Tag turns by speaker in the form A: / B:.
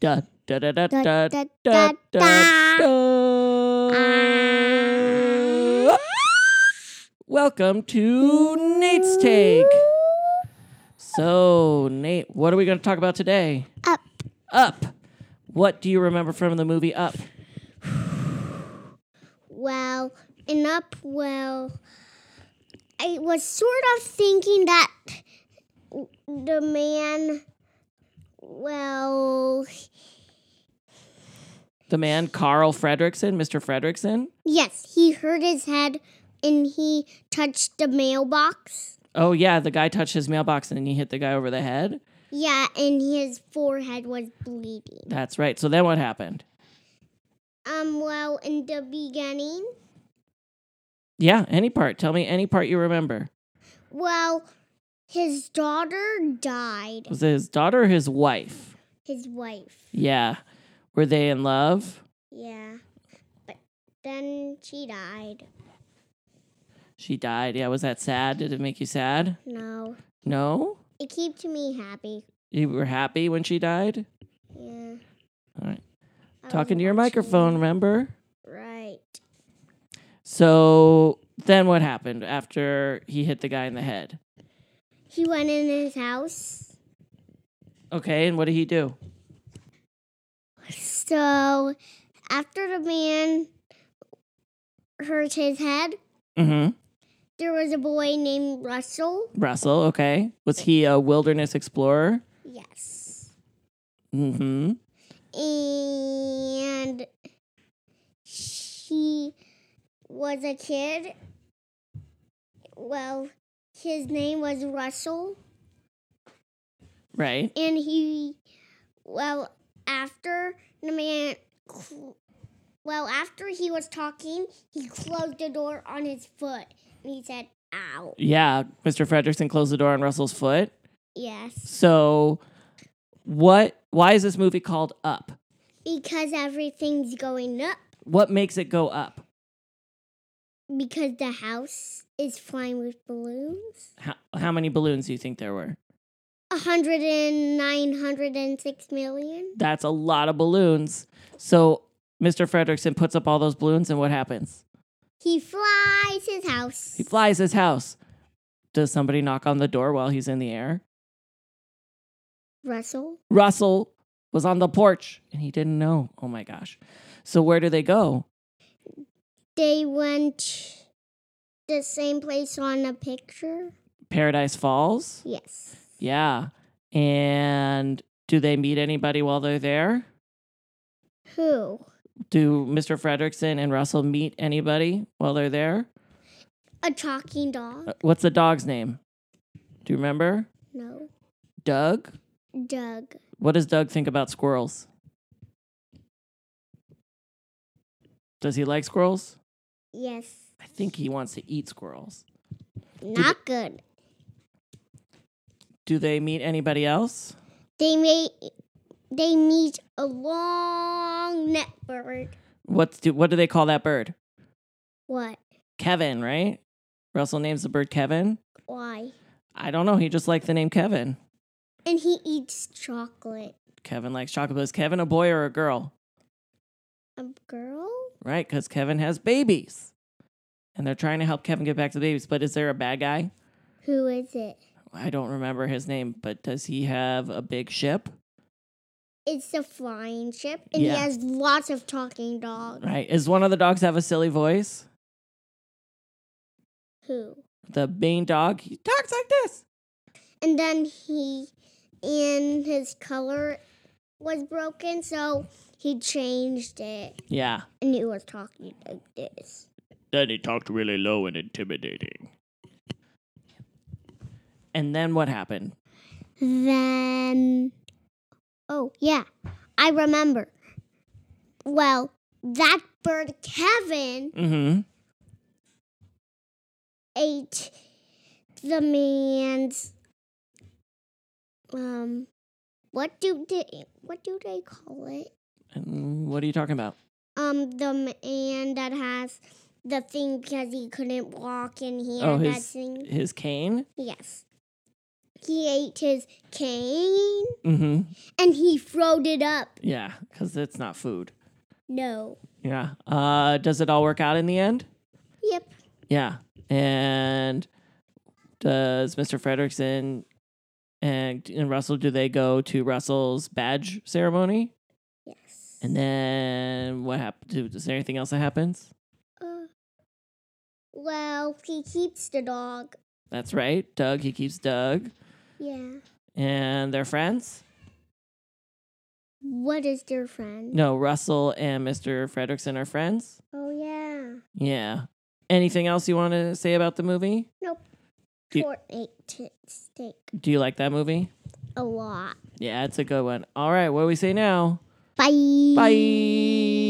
A: Da, da, da, da,
B: Da,
A: da, da,
B: da, da,
A: da,
B: da.
A: da. Welcome to Nate's Take. So, Nate, what are we going to talk about today?
B: Up.
A: Up. What do you remember from the movie Up?
B: Well, and up. Well, I was sort of thinking that the man. Well,
A: The man Carl Fredrickson, Mr. Fredrickson?
B: yes, he hurt his head and he touched the mailbox.
A: Oh, yeah, the guy touched his mailbox and he hit the guy over the head.
B: Yeah, and his forehead was bleeding.
A: That's right. So then what happened?
B: Um, well, in the beginning,
A: Yeah, any part. Tell me any part you remember.
B: well, his daughter died,
A: Was it his daughter or his wife?
B: his wife.
A: Yeah. Were they in love?
B: Yeah. But then she died.
A: She died. Yeah, was that sad? Did it make you sad?
B: No.
A: No?
B: It keeps me happy.
A: You were happy when she died?
B: Yeah.
A: All right.
B: I was
A: Talking to your
B: watching-
A: microphone, remember?
B: Right.
A: So then what happened after he hit the guy in the head?
B: He went in his house.
A: Okay, and what did he do?
B: So after the man hurt his head,
A: Mm-hmm.
B: there was a boy named Russell.
A: Russell, okay. Was he a wilderness explorer?
B: Yes.
A: Mm-hmm.
B: And she was a kid. Well, his name was Russell.
A: Right.
B: and he well after the man cl- well after he was talking he closed the door on his foot and he said ow
A: Yeah, Mr. Fredrickson closed the door on Russell's foot.
B: yes
A: So what why is this movie called Up?
B: because everything's going up
A: What makes it go up?
B: because the house is flying with balloons
A: How, how many balloons do you think there were?
B: A hundred and nine hundred and six million.
A: That's a lot of balloons. So Mr. Fredrickson puts up all those balloons, and what happens?
B: he flies his house
A: He flies his house. Does somebody knock on the door while he's in the air?
B: russell
A: Russell was on the porch and he didn't know. Oh my gosh. So where do they go?
B: they went the same place on the picture
A: Paradise Falls?
B: yes
A: Yeah. And do they meet anybody while they're there?
B: who
A: Do Mr. Fredrickson and Russell meet anybody while they're there?
B: A talking dog?
A: Uh, What's the dog's name? Do you remember?
B: No.
A: Doug?
B: Doug.
A: What does Doug think about squirrels? Does he like squirrels?
B: Yes.
A: I think he wants to eat squirrels.
B: Not good.
A: Do they meet anybody else?
B: They may they meet a long neck bird.
A: What's do what do they call that bird?
B: What?
A: Kevin, right? Russell names the bird Kevin.
B: Why?
A: I don't know. He just liked the name Kevin.
B: And he eats chocolate.
A: Kevin likes chocolate. Is Kevin a boy or a girl?
B: A girl?
A: Right, because Kevin has babies. And they're trying to help Kevin get back to the babies. But is there a bad guy?
B: Who is it?
A: I don't remember his name, but does he have a big ship?
B: It's a flying ship and
A: Yeah.
B: he has lots of talking dogs.
A: Right. Is one of the dogs have a silly voice?
B: Who?
A: The main dog, he talks like this.
B: And then he and his color was broken, so he changed it
A: Yeah.
B: and he was talking like this.
A: Then he talked really low and intimidating. And then what happened?
B: Then, oh, yeah, I remember. Well, that bird, Kevin,
A: Mm-hmm.
B: ate the man's. Um, what do they, what do they call it?
A: And what are you talking about?
B: Um, the man that has the thing because he couldn't walk and he
A: Oh,
B: had that
A: his-
B: thing.
A: His cane?
B: Yes. he ate his cane
A: Mm-hmm.
B: and he throwed it up.
A: Yeah, because it's not food.
B: No.
A: Yeah. Uh, does it all work out in the end?
B: Yep.
A: Yeah. And does Mr. Frederickson and, and Russell, do they go to Russell's badge ceremony?
B: Yes.
A: And then what happens? Is there anything else that happens?
B: Uh, well, he keeps the dog.
A: That's right. Doug, he keeps Doug.
B: Yeah.
A: And they're friends?
B: What is their friend?
A: No, Russell and Mr. Frederickson are friends?
B: Oh yeah.
A: Yeah. Anything else you want to say about the movie? Do-
B: Short ate his steak
A: Do you like that movie?
B: a lot.
A: Yeah, it's a good one. All right, what do we say now?
B: Bye.
A: Bye.